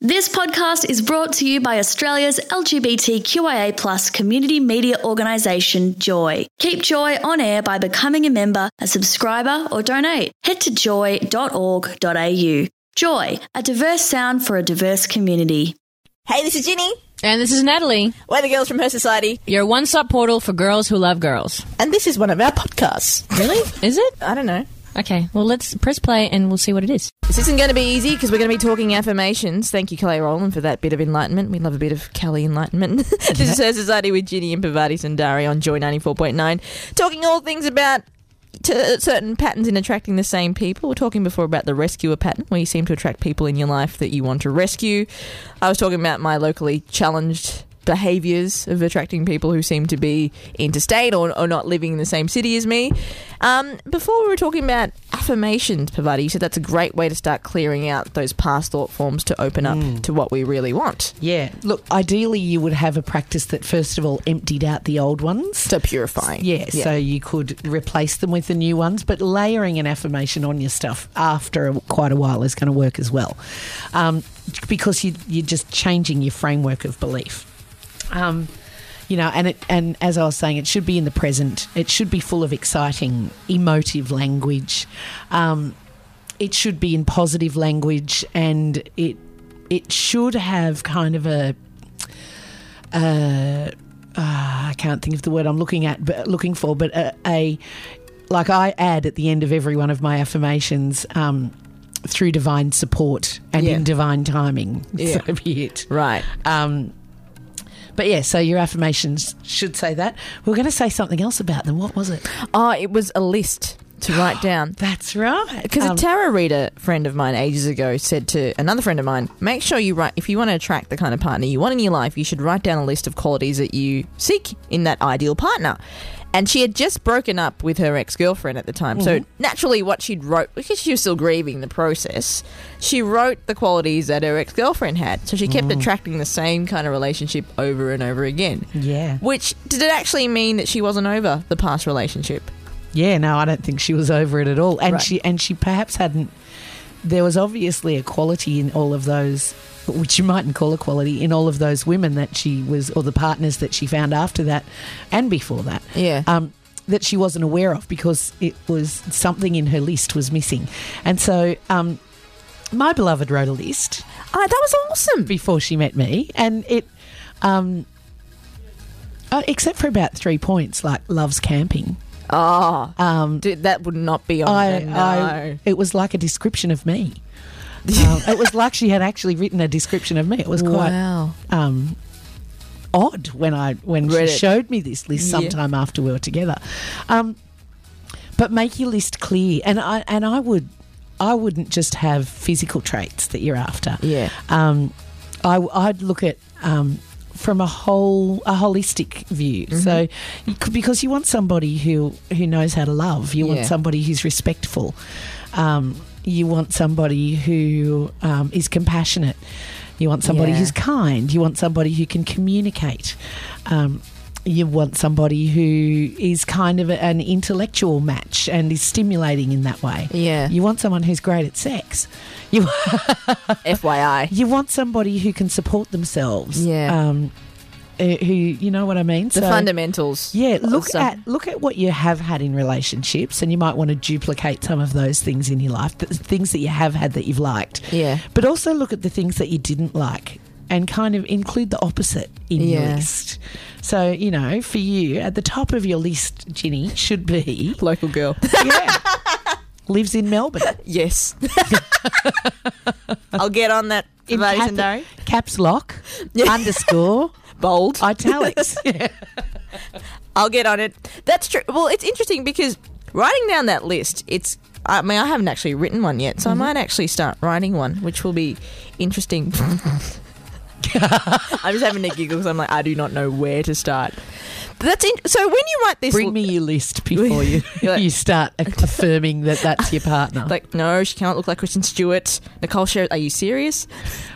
This podcast is brought to you by Australia's LGBTQIA plus community media organisation, Joy. Keep Joy on air by becoming a member, a subscriber, or donate. Head to joy.org.au. Joy, a diverse sound for a diverse community. Hey, this is Ginny. And this is Natalie, We're the girls from Her Society, your one stop portal for girls who love girls. and this is one of our podcasts. Really? Is it? I don't know. Okay, well, let's press play and we'll see what it is. This isn't going to be easy because we're going to be talking affirmations. Thank you, Kelly Rowland, for that bit of enlightenment. We love a bit of Kelly enlightenment. this is Her Society with Ginny and Pavati Sundari on Joy 94.9, talking all things about to uh, certain patterns in attracting the same people. We We're talking before about the rescuer pattern, where you seem to attract people in your life that you want to rescue. I was talking about my locally challenged behaviors of attracting people who seem to be interstate or, or not living in the same city as me. Um, before we were talking about affirmations, Pavati, you said that's a great way to start clearing out those past thought forms to open up to what we really want. Yeah. Look, ideally, you would have a practice that, first of all, emptied out the old ones. So purifying. Yeah, so you could replace them with the new ones, but layering an affirmation on your stuff after a- quite a while is going to work as well, um, because you, you're just changing your framework of belief. Um, you know, and it, and as I was saying, it should be in the present. It should be full of exciting, emotive language. Um, it should be in positive language, and it it should have kind of a uh, ah, I can't think of the word I'm looking at, but looking for, but a, a like I add at the end of every one of my affirmations. Um, through divine support and Yeah. in divine timing, Yeah. so be it. Right. Um, but yeah, so your affirmations should say that. We were going to say something else about them. What was it? Oh, it was a list to write down. That's right. Because a tarot reader friend of mine ages ago said to another friend of mine, make sure you write, if you want to attract the kind of partner you want in your life, you should write down a list of qualities that you seek in that ideal partner. And she had just broken up with her ex girlfriend at the time. So naturally, what she'd wrote, because she was still grieving the process, she wrote the qualities that her ex girlfriend had. So she kept attracting the same kind of relationship over and over again. Yeah. Which did it actually mean that she wasn't over the past relationship? yeah, no, I don't think she was over it at all, and Right. she and she perhaps hadn't. There was obviously a quality in all of those, which you mightn't call a quality, in all of those women that she was, or the partners that she found after that, and before that. Yeah. um, that she wasn't aware of because it was something in her list was missing, and so um, my beloved wrote a list. Ah, that was awesome. before she met me, and it, um, uh, except for about three points, like loves camping. Oh. Um, Dude, that would not be on. I, there, I, it was like a description of me. Um, it was like she had actually written a description of me. It was no. quite Oh. um, odd when I when Read she it. showed me this list Yeah. sometime after we were together. Um, but make your list clear, and I and I would I wouldn't just have physical traits that you're after. Yeah. um, I, I'd look at um, from a whole a holistic view. Mm-hmm. So, you could, because you want somebody who who knows how to love, you Yeah. want somebody who's respectful, um, you want somebody who um, is compassionate, you want somebody Yeah. who's kind, you want somebody who can communicate. Um, you want somebody who is kind of a, an intellectual match and is stimulating in that way. Yeah. You want someone who's great at sex. You FYI. you want somebody who can support themselves. Yeah. Um, uh, who you know what I mean? The fundamentals. Yeah, look Awesome. at look at what you have had in relationships, and you might want to duplicate some of those things in your life, the things that you have had that you've liked. Yeah. But also look at the things that you didn't like, and kind of include the opposite in Yeah. your list. So you know, for you, at the top of your list, Ginny should be Local girl. yeah, lives in Melbourne. yes. I'll get on that. In Vadi cap- Sundari. caps lock underscore Bold. italics. I'll get on it. That's true. Well, it's interesting because writing down that list, it's. I mean, I haven't actually written one yet, Mm-hmm. so I might actually start writing one, which will be interesting. I'm just having a giggle because I'm like, I do not know where to start. But that's in- so. When you write this, Bring me your list before you You're like- you start a- affirming that that's your partner. like, no, she cannot look like Kristen Stewart. Nicole Sherritt, are you serious?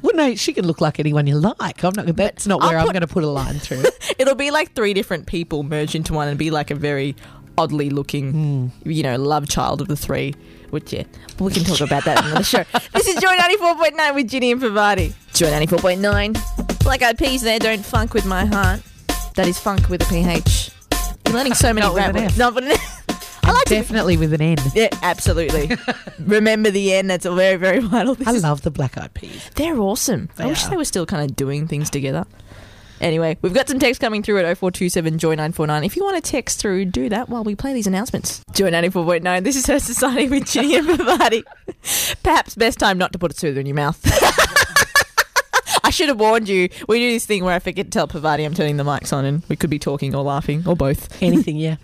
well, no, she can look like anyone you like. I'm not. That's not where I'll I'm put- going to put a line through. It'll be like three different Hmm. people merged into one and be like a very oddly looking, you know, love child of the three. Which, yeah, we can talk about that on the show. This is Joy 94.9 with Ginny and Pavati. Joy 94.9. Black Eyed Peas there, don't funk with my heart. That is funk with a PH. You're learning so many Not with rap an words. F. Not with an I like to... Definitely with an N. Yeah, absolutely. Remember the end. That's a very, very vital. This I is- love the black eyed peas. They're awesome. I They wish are. they were still kind of doing things together. Anyway, we've got some text coming through at 0427 Joy 949. If you want to text through, do that while we play these announcements. Joy 94.9, this is Her Society with Ginny and Bavati. Perhaps best time not to put a soother in your mouth. I should have warned you. We do this thing where I forget to tell Pavati I'm turning the mics on and we could be talking or laughing or both. Anything, yeah.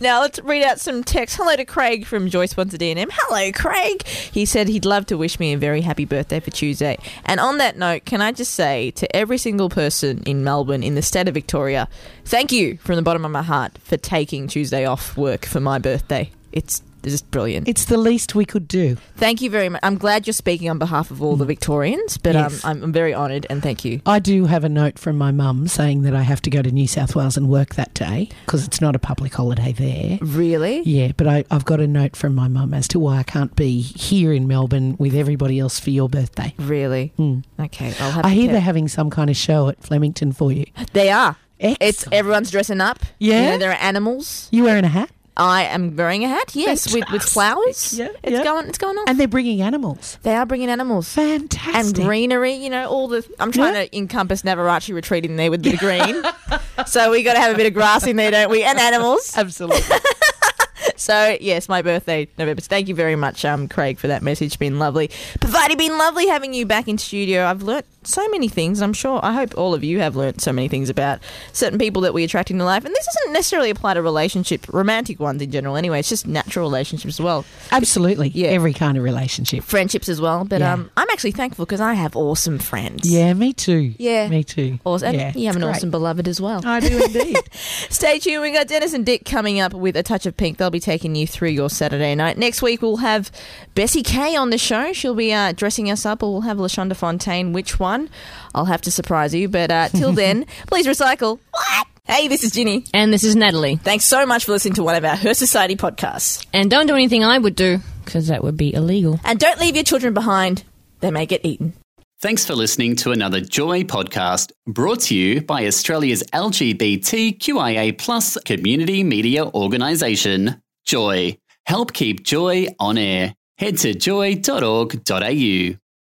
Now let's read out some text. Hello to Craig from Joy Sponsor DNM. Hello, Craig. He said he'd love to wish me a very happy birthday for Tuesday. And on that note, can I just say to every single person in Melbourne, in the state of Victoria, thank you from the bottom of my heart for taking Tuesday off work for my birthday. It's just brilliant. It's the least we could do. Thank you very much. I'm glad you're speaking on behalf of all the Victorians, but Mm. Yes. um, I'm, I'm very honoured and thank you. I do have a note from my mum saying that I have to go to New South Wales and work that day because it's not a public holiday there. Really? Yeah, but I, I've got a note from my mum as to why I can't be here in Melbourne with everybody else for your birthday. Really? Okay, I'll have Mm. to I hear they're check. having some kind of show at Flemington for you. They are. It's Excellent. everyone's dressing up. Yeah. You know, there are animals. you wearing a hat? I am wearing a hat. Yes, with, with Fantastic. flowers. Yeah, it's yeah. going. It's going on. And they're bringing animals. they are bringing animals and Fantastic. greenery. You know, all the. I'm trying Yeah. to encompass Navarachi Retreat in there with the green. so we got to have a bit of grass in there, don't we? And animals. Absolutely. So yes, my birthday, November. Thank you very much, um, Craig, for that message. Been lovely. Pavati, been lovely having you back in studio. I've learnt so many things. I'm sure. I hope all of you have learnt so many things about certain people that we attract into life. And this doesn't necessarily apply to relationship, romantic ones in general. Anyway, it's just natural relationships as well, Absolutely. Yeah. Every kind of relationship. friendships as well. But Yeah. um, I'm actually thankful because I have awesome friends. Yeah, me too. Yeah. Me too. Awesome. And Yeah, you have it's an great. Uh, awesome beloved as well. I do indeed. Stay tuned. We got Dennis and Dick coming up with a touch of pink. They'll be taking you through your Saturday night. Next week we'll have Bessie Kay on the show. She'll be uh, dressing us up, or we'll have Lashonda Fontaine. Which one? I'll have to surprise you. But uh, till then, please recycle. What? Hey, this is Ginny. And this is Natalie. Thanks so much for listening to one of our Her Society podcasts. And don't do anything I would do, because that would be illegal. And don't leave your children behind; they may get eaten. Thanks for listening to another Joy podcast brought to you by Australia's LGBTQIA plus community media organisation, Joy. Help keep Joy on air. Head to joy.org.au.